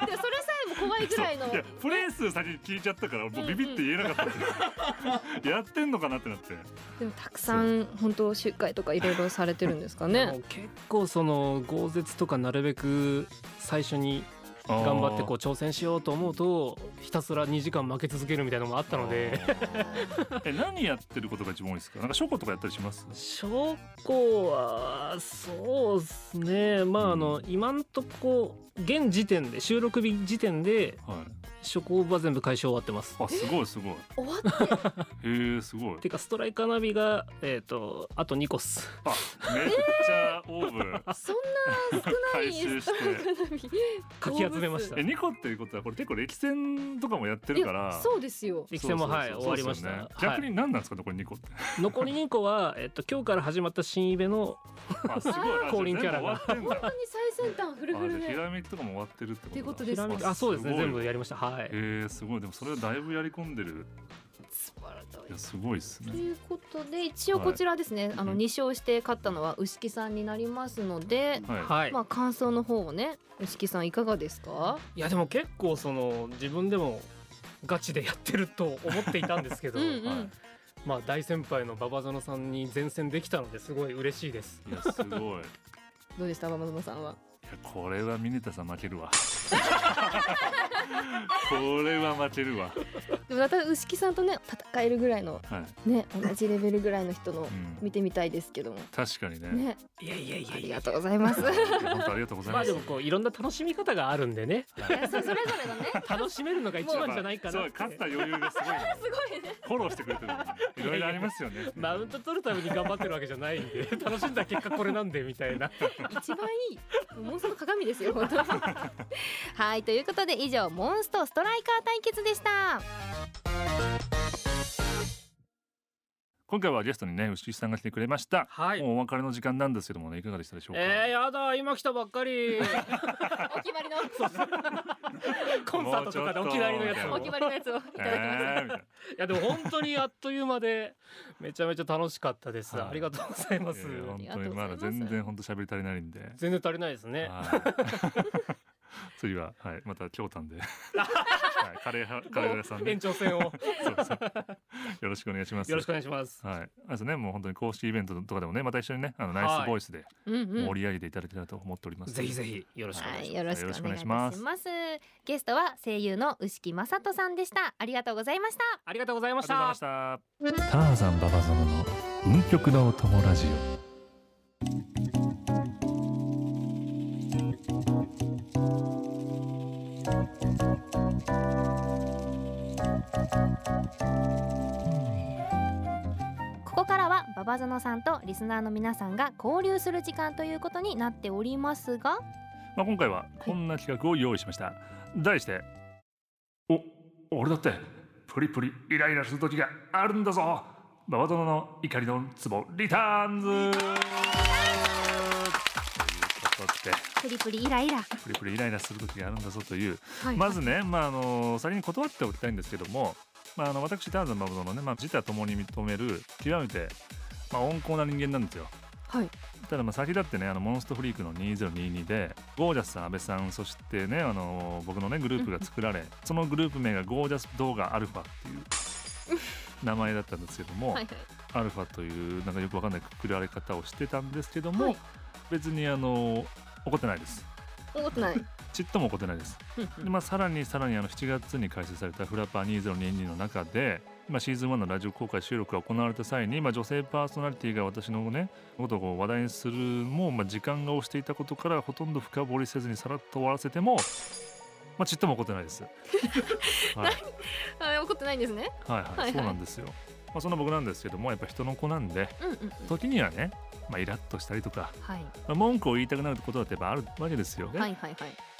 それさえも怖いぐらいのそういやプレイ数先に聞いちゃったからもうビビって言えなか った、やってんのかなってなってでもたくさん本当集会とかいろいろされてるんですかでもね結構その豪絶とかなるべく最初に頑張ってこう挑戦しようと思うとひたすら2時間負け続けるみたいなのもあったのであー。え何やってることが一番多いですか。なんか書庫とかやったりします。証拠はそうですねまああの今んとこ現時点で収録日時点ではい。初行は全部解消終わってます。あすごいすごい。終わったへえすごい。てかストライカーナビがえっ、とあと2個っす。あめっちゃオーブ そんな少な回い収スしてト。ライかき集めましたえ。ニコっていうことはこれ結構歴戦とかもやってるかカら。ーそうですよ歴戦もはいそうそう終そうわりましそた。うですよねはい逆に何なんですかねこれニコ って。残り2個は、えっと、今日から始まった新イベのあすごい。 あ降臨キャラじゃがあ全部終わってんだ。本当に最先端フルフあルじゃあひでらめきとかも終わってるってことだ。ってことひですらかめきあそうですねすごい全部やりましたはいへえすごいでもそれはだいぶやり込んでる。素晴らしいいやすごいですとね。いうことで一応こちらですね、あうのん2勝して勝ったのは牛木さんになりますので、はい。はい、まあ感想の方をね牛木さんいかがですかいやでも結構その自分でもガチでやってると思っていたんです けどうんうんはいまあ大先輩の馬場園さんに前線できたのですごい嬉しいですいやすごい。どうでしたママさんはいこれはミネタさん負け るわこれは負けるわでも私牛木さんとね戦えるぐらいのはい、ね同じレベルぐらいの人のうん、見てみたいですけども確かにねねいやいやいあやいりやがとうございます。い本当ありがとうございままあすでもこういろんな楽しみ方があるんでね やそそれぞれのね 楽しめるのが一番じゃないかそなうって勝った余裕がすごいねすごいね。フォローしてくれてるいろいろありますよね マウント取るために頑張ってるわけじゃないん で楽しんだ結果これなんでみたいな一番いい妄想の鏡ですよ本当に はいということで以上モンストストライカー対決でした今回はゲストにね牛木さんが来てくれましたはもうお別れの時間なんですけどもねいかがでしたでしょうか、えー、やだ今来たばっか りお決まりのコンサートとかでお気に入りのやつもうをちょっとみたいなお決まりのやつをいただきます、えーみたいないやでも本当にあっという間でめちゃめちゃ楽しかったです、はいありがとうございます、いやいやり本がと当うにごまざだいます全然本当喋り足りないんで全然足りないですねはい 次は、はい、また京 丹で、はい、カレーはカレー屋さんで延長戦をよそうそうよろしくお願いします。ろしくお願いしますはい、あれですね、もう本当に公式イベントとかでもね、また一緒にね、あのナイスボイスでうんうん盛り上げていただけたらと思っております。ぜひぜひよろしくお願はいしい、まよす、ろしくお願いいたしよろましすくおゲストは声優の牛木雅人さんでしたありがとうございましたありがとうございあまりしがとうございたました。ターザンババゾノの運極のお友ラジオ。ここからはババゾノさんとリスナーの皆さんが交流する時間ということになっておりますがまあ、今回はこんな企画を用意しました。題して。お、俺だって、プリプリイライラする時があるんだぞ。ババゾノの怒りのツボリターンズ。ということで、プリプリイライラプリプリイライラする時があるんだぞという。はいまずね、まあ、あの先に断っておきたいんですけども、まあ、あの私ターザン・マブゾのね、まあ、自他ともに認める極めて、まあ、温厚な人間なんですよはいただまあ先だってねあのモンストフリークの2022でゴージャスさん阿部さんそしてねあの僕のねグループが作 られそのグループ名がゴージャス動画アルファっていう名前だったんですけども、はいアルファというなんかよくわかんないくくられ方をしてたんですけども、はい別にあの怒ってないです思っ てないちっとも怒ってないですでまあ、さらにさらにあの7月に開始された「フラパー2022」の中で、まあ、シーズン1のラジオ公開収録が行われた際に、まあ、女性パーソナリティが私のねことをこう話題にするも、まあ、時間が押していたことからほとんど深掘りせずにさらっと終わらせても、まあ、ちっとも怒ってないです。はいあ怒ってないんですねはいいは、はいいそうなんですよ。まあ、そんな僕なんですけどもやっぱ人の子なんでうんうんうん時にはね、まあ、イラッとしたりとか、はいまあ、文句を言いたくなることだってやっぱあるわけですよ。はいはいはい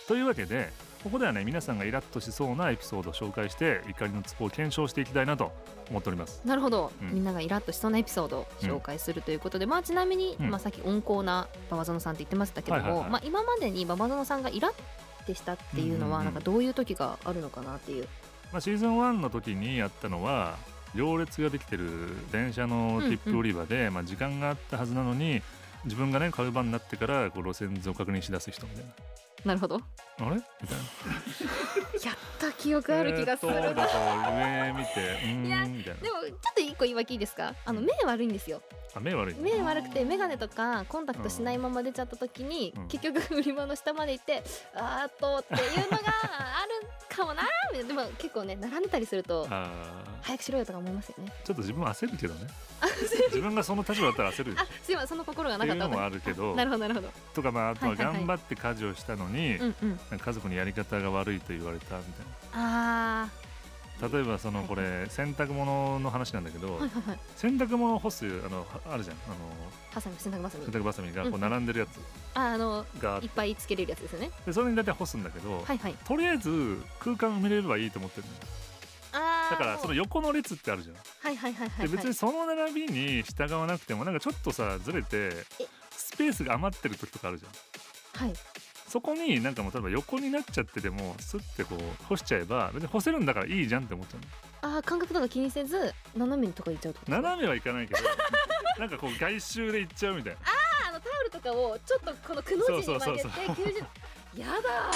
というわけでここではね皆さんがイラッとしそうなエピソードを紹介して怒りのツボを検証していきたいなと思っておりますなるほど、うんみんながイラッとしそうなエピソードを紹介するということで、まあちなみに、うんまあさっき温厚な馬場園さんって言ってましたけども、はいはいはいまあ今までに馬場園さんがイラッてしたっていうのは、うんうんうなんんかどういう時があるのかなっていう、まあ、シーズン1の時にやったのは行列ができてる電車の切符売り場で、まあ、時間があったはずなのに自分がね買う番になってからこう路線図を確認しだす人みたいなるほどなあれみたいなやった記憶あ る気がする、えーっとでもだから上見てういやーんみたいなちょっと一個言い訳いいですかあの目悪いんですよあ目悪い目悪くて眼鏡とかコンタクトしないまま出ちゃった時に、うん結局売り場の下まで行ってあーっとっていう のがあるかもなーみたいなでも結構ね並んでたりするとあー早くしろよとか思いますよねちょっと自分も焦るけどね自分がその立場だったら焦るでしょあすいませんその心がっなてかいっうのたも私あ るけどなるほどなるほどとかまああとははいはいはい頑張って家事をしたのに、うんうんなんか家族にやり方が悪いと言われたみたいあな例えばそのはいこれ洗濯物の話なんだけど、ーはいはいはい洗濯物を干すあのはあるじゃんあハサミ洗濯バサミの洗濯バサミがこううん並んでるやああのつがあっいてっぱいつけれるやつですよねでそれに大体干すんだけど、はいはいとりあえず空間埋めれればいいと思ってるのよああだからその横の列ってあるじゃん、はいはいはいはいで別にその並びに従わなくてもなんかちょっとさずれてスペースが余ってる時とかあるじゃんはいそこになんかもう例えば横になっちゃってでもスッてこう干しちゃえば別に干せるんだからいいじゃんって思っちゃうのああ感覚とか気にせず斜めにとかいっちゃうとか斜めはいかないけどなんかこう外周で行っちゃうみたいなあのタオルとかをちょっとこのくの字にそうそ曲うげそてう90やだ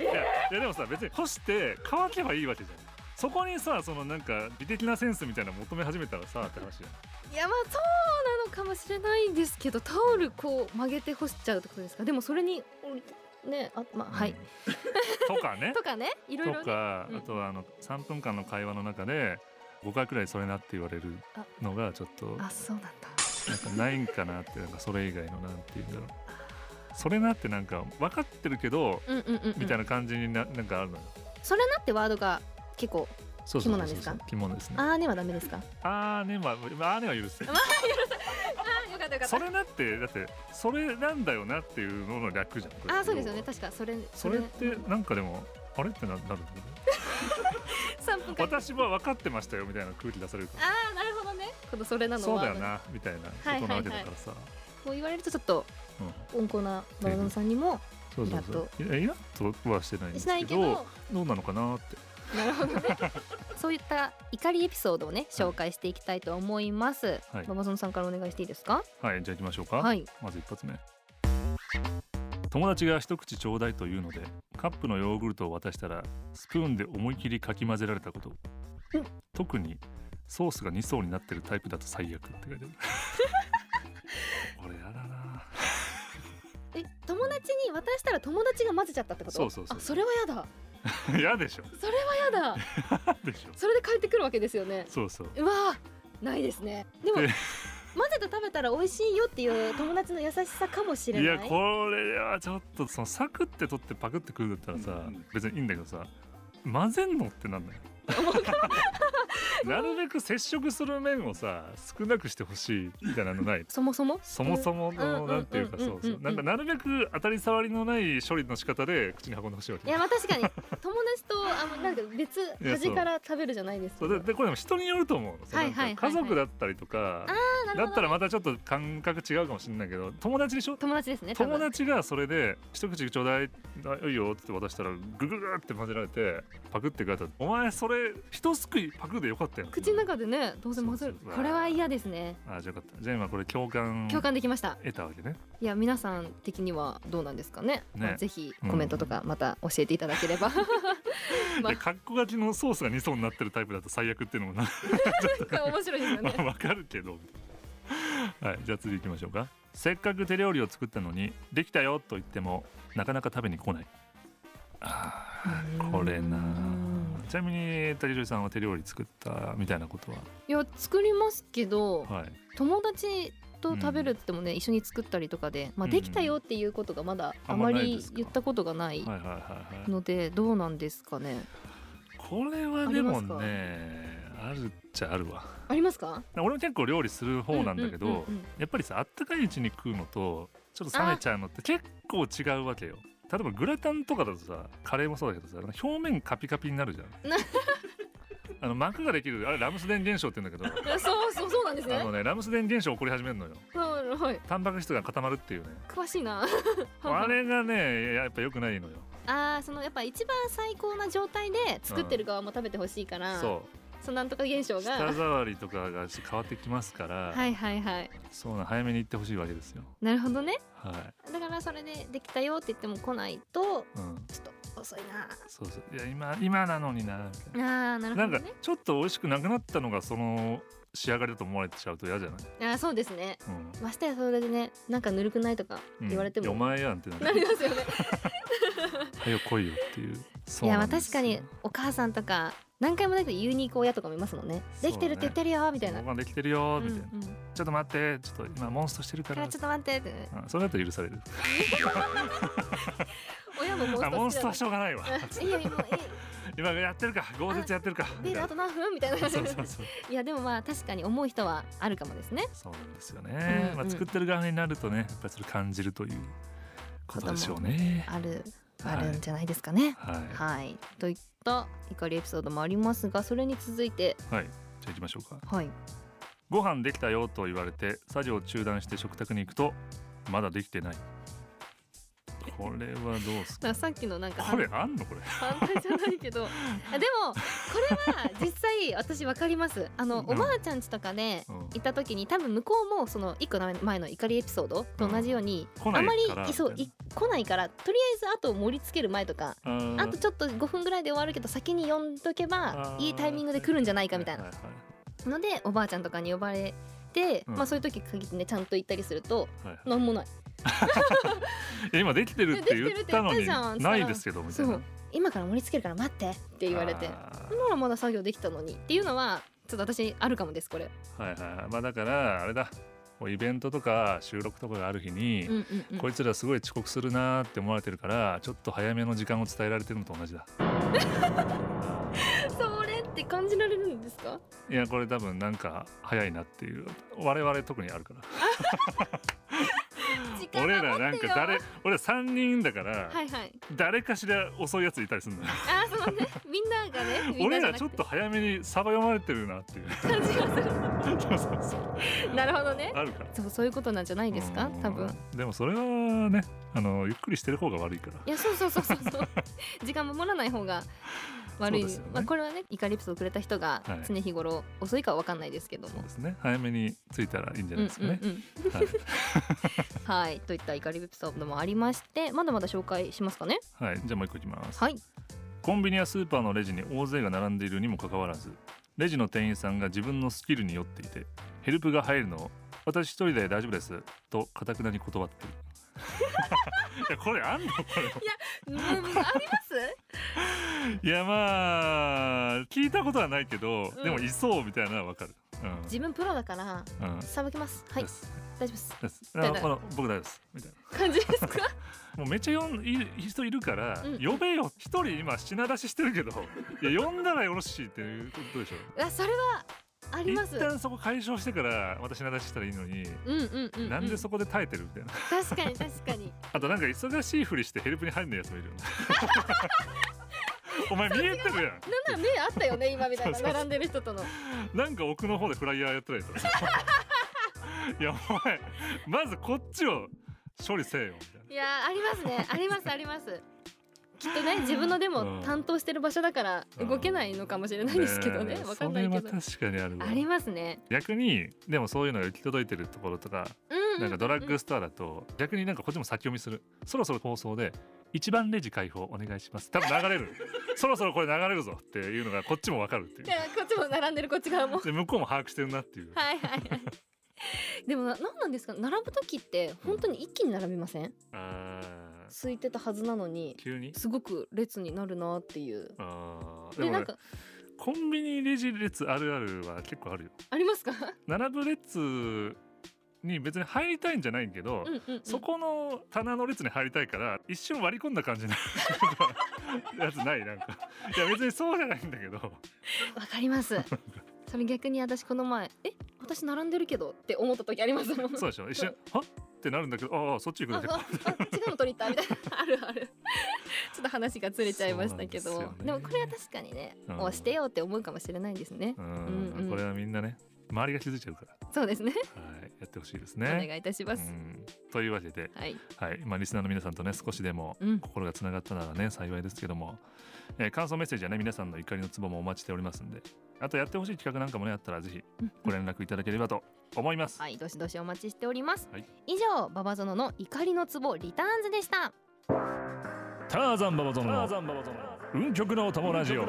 いやいやでもさ別に干して乾けばいいわけじゃんそこにさそのなんか美的なセンスみたいなの求め始めたらさって話じーいやまあそうなのかもしれないんですけどタオルこう曲げて干しちゃうってことですかでもそれにねあまあはい、とかね とかねいろいろとねか、うんあとはあの3分間の会話の中で5回くらいそれなって言われるのがちょっとあそうなんだなんかないんかなってなんかそれ以外のなんて言うんだろうそれなってなんか分かってるけどうんうんうん、うん、みたいな感じにななんかあるのよそれなってワードが結構そうそうそうそう肝なん肝でですかすねあーねはダメですかあーねまああーねは許す あよかったよかそれなってだってそれなんだよなっていうのの略じゃんこれあーそうですよね確かそれそれってなんかでもあれってななるんだよね三分間私は分かってましたよみたいな空気出されるかああなるほどねこのそれならのそうだワーよドなみたいなことなわけだからさ、こう言われるとちょっとうん温厚なバラドンさんにもそうそうそういやイラッとはしてないんでしすなけいけどどどうなのかなってなるほどね そういった怒りエピソードをね紹介していきたいと思います、はいババゾンさんからお願いしていいですかはいじゃあ行きましょうか、はいまず一発目友達が一口ちょうだいというのでカップのヨーグルトを渡したらスプーンで思い切りかき混ぜられたこと、特にソースが2層になってるタイプだと最悪って書いてあるこれやだなえ友達に渡したら友達が混ぜちゃったってことそうそうそうあそれはやだ 嫌でしょそれはやだ嫌でしょそれで帰ってくるわけですよ ねそうそううわーないですねでも混 でぜて食べたら美味しいよっていう友達の優しさかもしれいないやこれはちょっとそのサクって取ってパクってくるんだったらさ、うん別にいいんだけどさ混ぜんのってなんだよなるべく接触する面をさ少なくしてほしいみたいなのないそもそもそもそもうのんなんていうかうんうんそうそううんなんかなるべく当たり障りのない処理の仕方で口に運んでほしいわいけやまあ確かに 友達とあのなんか別やそう端から食べるじゃないですそかうででこれでも人によると思うの、そうはいはないはいはいんか家族だったりとかなるだほっどたらまたちょっと感覚違うかもしれないけど友達でしょ友達ですね多分友達がそれで一口ちょうだいあいいよって渡したらグググーって混ぜられてパクってくれたお前それ一すくいパクでよかったよ口の中でねどうせ混ぜるそうそうそうこれは嫌ですねあじゃあよかったじゃあ今これ共感共感できました得たわけねいや皆さん的にはどうなんですかねまあ、ぜひうんコメントとかまた教えていただければ、まあでカッコガキのソースが2層になってるタイプだと最悪っていうのもな これ 面白いですまよねあわかるけどはいじゃあ次行きましょうかせっかく手料理を作ったのにできたよと言ってもなかなか食べに来ないあーこれなうんちなみに竹城さんは手料理作ったみたいなこといや作りますけどははい友達と食べるってもね、一緒に作ったりとかで、まあ、できたよっていうことがまだうんああまんまないりですか言ったことがないはいはいはいはいのでどうなんですかねこれはでもねあるっちゃあるわありますか俺も結構料理する方なんだけど、うんうんうんうんやっぱりさあったかいうちに食うのとちょっと冷めちゃうのって結構違うわけよ例えばグラタンとかだとさカレーもそうだけどさ表面カピカピになるじゃん あの膜ができるあれラムスデン現象って言うんだけいやそうそうそうなんですどあねのねラムスデン現象起こり始めるのよはいはいタンパク質が固まるっていうね詳しいなあれがねやっぱ良くないのよ あーそのやっぱ一番最高な状態で作ってる側も食べてほしいから、そそのなんとか現象う舌が触りとかが変わってきますから、はいはいはいそうな早めに行ってほしいわけですよなるほどねはだからそれでできたよって言っても来ないとい、うん、ちょっと遅いなそうそういや今今なのになみたいあーなるほなどなんかねちょっと美味しくなくなったのがその仕上がりだと思われちゃうと嫌じゃない、あーそうですねうんましてやそれでねなんかぬるくないとかうん言われていやも、お前やんってなな るりますよね早く来いよっていういそうやなまあんで確すよかにお母さんとか何回もだけど言いに行こうやとかもいますもんねそうだねできてるって言ってるよみたいな、ご飯できてるようんうみたいな、ん、ちょっと待ってちょっと今モンストしてるかかららちょっと待ってってうんそれだと許される親もモンストあモンスト好はきしょうがない わだからいやいやもうい今やってるか豪雪やってるか いビールあと何分みたいなそうそうそういやでもまあ確かに思う人はあるかもですねそうなんですよね、うんまあ、作ってる側になるとねやっぱりそれ感じるということでしょうねあるはいあるんじゃないですかねはいはい、といった怒りエピソードもありますがそれに続いてはい、じゃあ行きましょうか。はいご飯できたよと言われて作業を中断して食卓に行くとまだできてない。これはどうすか。だからさっきのなんかこれあんのこれ。反対じゃない けどあでもこれは実際私わかりますあの、うんおばあちゃん家とかでうん行った時に多分向こうもその一個前の怒りエピソードと同じように、来あないまからりそうい来ないからとりあえずあと盛り付ける前とか。ああとちょっと5分ぐらいで終わるけど先に呼んどけばいいタイミングで来るんじゃないかみたいなな。ははのでおばあちゃんとかに呼ばれて、うんまあそういう時限ってねちゃんと行ったりするとはいはいなんもないえ今できてるって言できってるって言たっのたにじゃんないですけどみたいなそう今から盛り付けるから待ってって言われてなあらまだ作業できたのにっていうのはちょっと私あるかもですこれーはいはいまあだからあれだもうイベントとか収録とかがある日に、うんうんうんこいつらすごい遅刻するなーって思われてるからちょっと早めの時間を伝えられてるのと同じだそれって感じられるんですかいやこれ多分なんか早いなっていう我々特にあるから時間俺がらなんか誰俺ら3人だから、はいはい誰かしら遅いやついたりする のよあーそのねみんながねみん 俺なじゃらなちょっくてと早めにサバ読まれてるな っていう感じがすそうそうそうるなるほどねあるからそうそういうことなんじゃないですかうん多分でもそれはねあのゆっくりしてる方が悪いからいやそうそうそうそうそう 時間守らない方が悪い、そうですよねまあこれはね怒りエピソードくれた人がはい常日頃遅いかは分かんないですけども、そうですね早めに着いたらいいんじゃないですか ね、うんうんうんはいはいといった怒りエピソードもありましてまだまだ紹介しますかねはい、じゃあもう一個いきますはいコンビニやスーパーのレジに大勢が並んでいるにもかかわらずレジの店員さんが自分のスキルに酔っていてヘルプが入るのを「私一人で大丈夫です」とかたくなに断ってる いやこれあんのこれうんありますいやまあ聞いたことはないけど、うんでもいそうみたいなのはわかる自分プロだからうん、うんさばきますはいです大丈夫ですですだあいたいこの僕大丈夫ですみたいな感じですか もうめっちゃ呼んい人いるから、うん呼べよ一人今品出しして るけどいや呼んだらよろしいっていうことでしょあそれはあります一旦そこ解消してからまた品出ししたらいいのに、うんうんうん、うん、なんでそこで耐えてるみたいな確かに確かにあとなんか忙しいふりしてヘルプに入んないやつもいる よねお前見えてるやなんなら目あった よね今みたいなそうそうそう並んでる人とのんなんか奥の方でフライヤーやって ないといやお前まずこっちを処理せえよみたいないやーありますねありますありますきっとね自分のでうんも担当してる場所だからうん動けないのかもしれないですけどねえわかんないけそどれは確かにあるわありますね逆にでもそういうのが行き届いてるところとかうんうん,、なんかドラッグストアだと逆になんかこっちも先読みするそろそろ放送で一番レジ開放お願いします多分流れる そろそろこれ流れるぞっていうのがこっちもわかるっていいやうこっちも並んでるこっち側もで向こうも把握してるなっていう、はいはいはいでもななんなんですか並ぶ時って本当に一気に並びませんあー空いてたはずなのに急にすごく列になるなっていうあーででもなねんかコンビニレジ列あるあるは結構あるよありますか並ぶ列に別に入りたいんじゃないけど、うんうん、うん、そこの棚の列に入りたいから一瞬割り込んだ感じになる やつないなんかいや別にそうじゃないんだけどわかりますそれ逆に私この前え私並んでるけどって思った時ありますもんそうでしょ一瞬「はっ?」ってなるんだけど「ああそっち行くあんだけああ違うの取りに行ったみたいな あるあるちょっと話がずれちゃいましたけそうどなで,、んですよねもこれは確かにね、うんもうしてよって思うかもしれないですねううんうんんこれはみんなね周りが気づいちゃうから、そうですねはい、やってほしいですおね。願いいたします、うんというわけで、はいはいまあ、リスナーの皆さんとね少しでもうん心がつながったならね幸いですけども、えー感想メッセージはね皆さんの怒りのツボもお待ちしておりますんであとやってほしい企画なんかもねあったらぜひご連絡いただければと思います。はいどしどしお待ちしております、はい以上ババゾノの怒りのツボリターンズでしたターザンババゾンの運極のお供ラジオ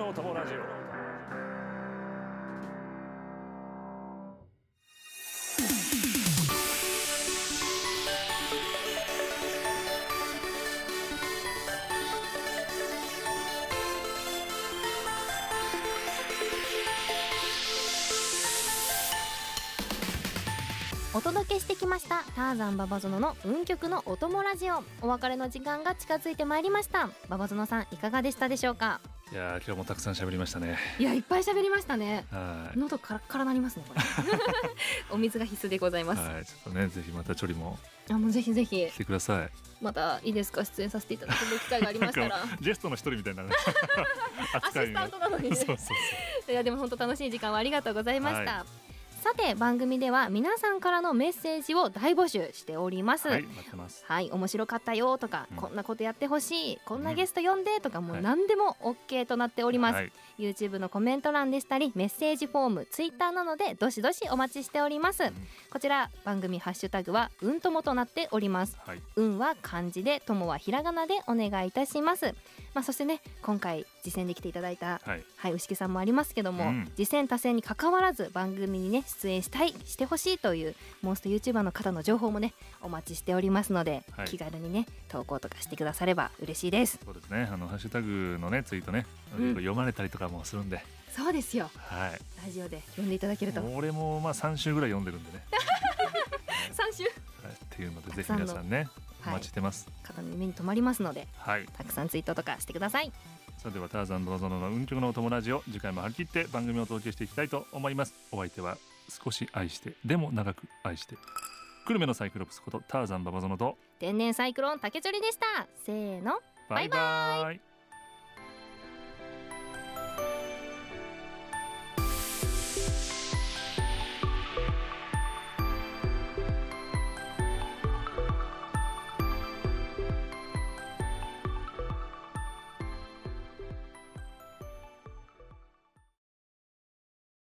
お届けしてきましたターザンババゾノの運極のお供ラジオお別れの時間が近づいてまいりましたババゾノさんいかがでしたでしょうかいやー今日もたくさん喋りましたね。いやいっぱい喋りましたねはい喉カラッカラなりま すねこれお水が必須でございます、はい、ちょっとねぜひまたチョリもあもうぜひぜひ来てください。またいいですか出演させていただく機会がありましたら ゲストの一人みたい なアシ扱いスにタなンる。トなのに ねそうそうそう。いやでも本当楽しい時間をありがとうございました、はさて番組では皆さんからのメッセージを大募集しておりますは、はいい、待ってます。面白かったよとか、うんこんなことやってほしいこんなゲスト呼んでとかもはうい何でも OK となっております、はい、 YouTube のコメント欄でしたりメッセージフォーム Twitter なのでどしどしお待ちしております、んこちら番組ハッシュタグはうんともとなっておりますはい、運は漢字で友はひらがなでお願いいたしますまあ、そしてね今回実践で来ていただいた、はいはい、牛木さんもありますけども、うん実践多戦に関わらず番組にね出演したいしてほしいというモンスト YouTuber の方の情報もねお待ちしておりますので、はい気軽にね投稿とかしてくだされば嬉しいです。そうですねあのハッシュタグのねツイートね、うん読まれたりとかもするんで、そうですよはいラジオで呼んでいただけると俺もまあ3週ぐらい読んでるんで ね、 3週はい、っていうのでぜひ皆さんねおはい待ちしてます方の目に留まりますのではい、たくさんツイートとかしてください。さてはターザンババゾノの運極のお友達を次回も張り切って番組をお届けしていきたいと思いますお相手は少し愛してでも長く愛して久留米のサイクロプスことターザンババゾノと天然サイクロン竹チョリでしたせーのバイバイ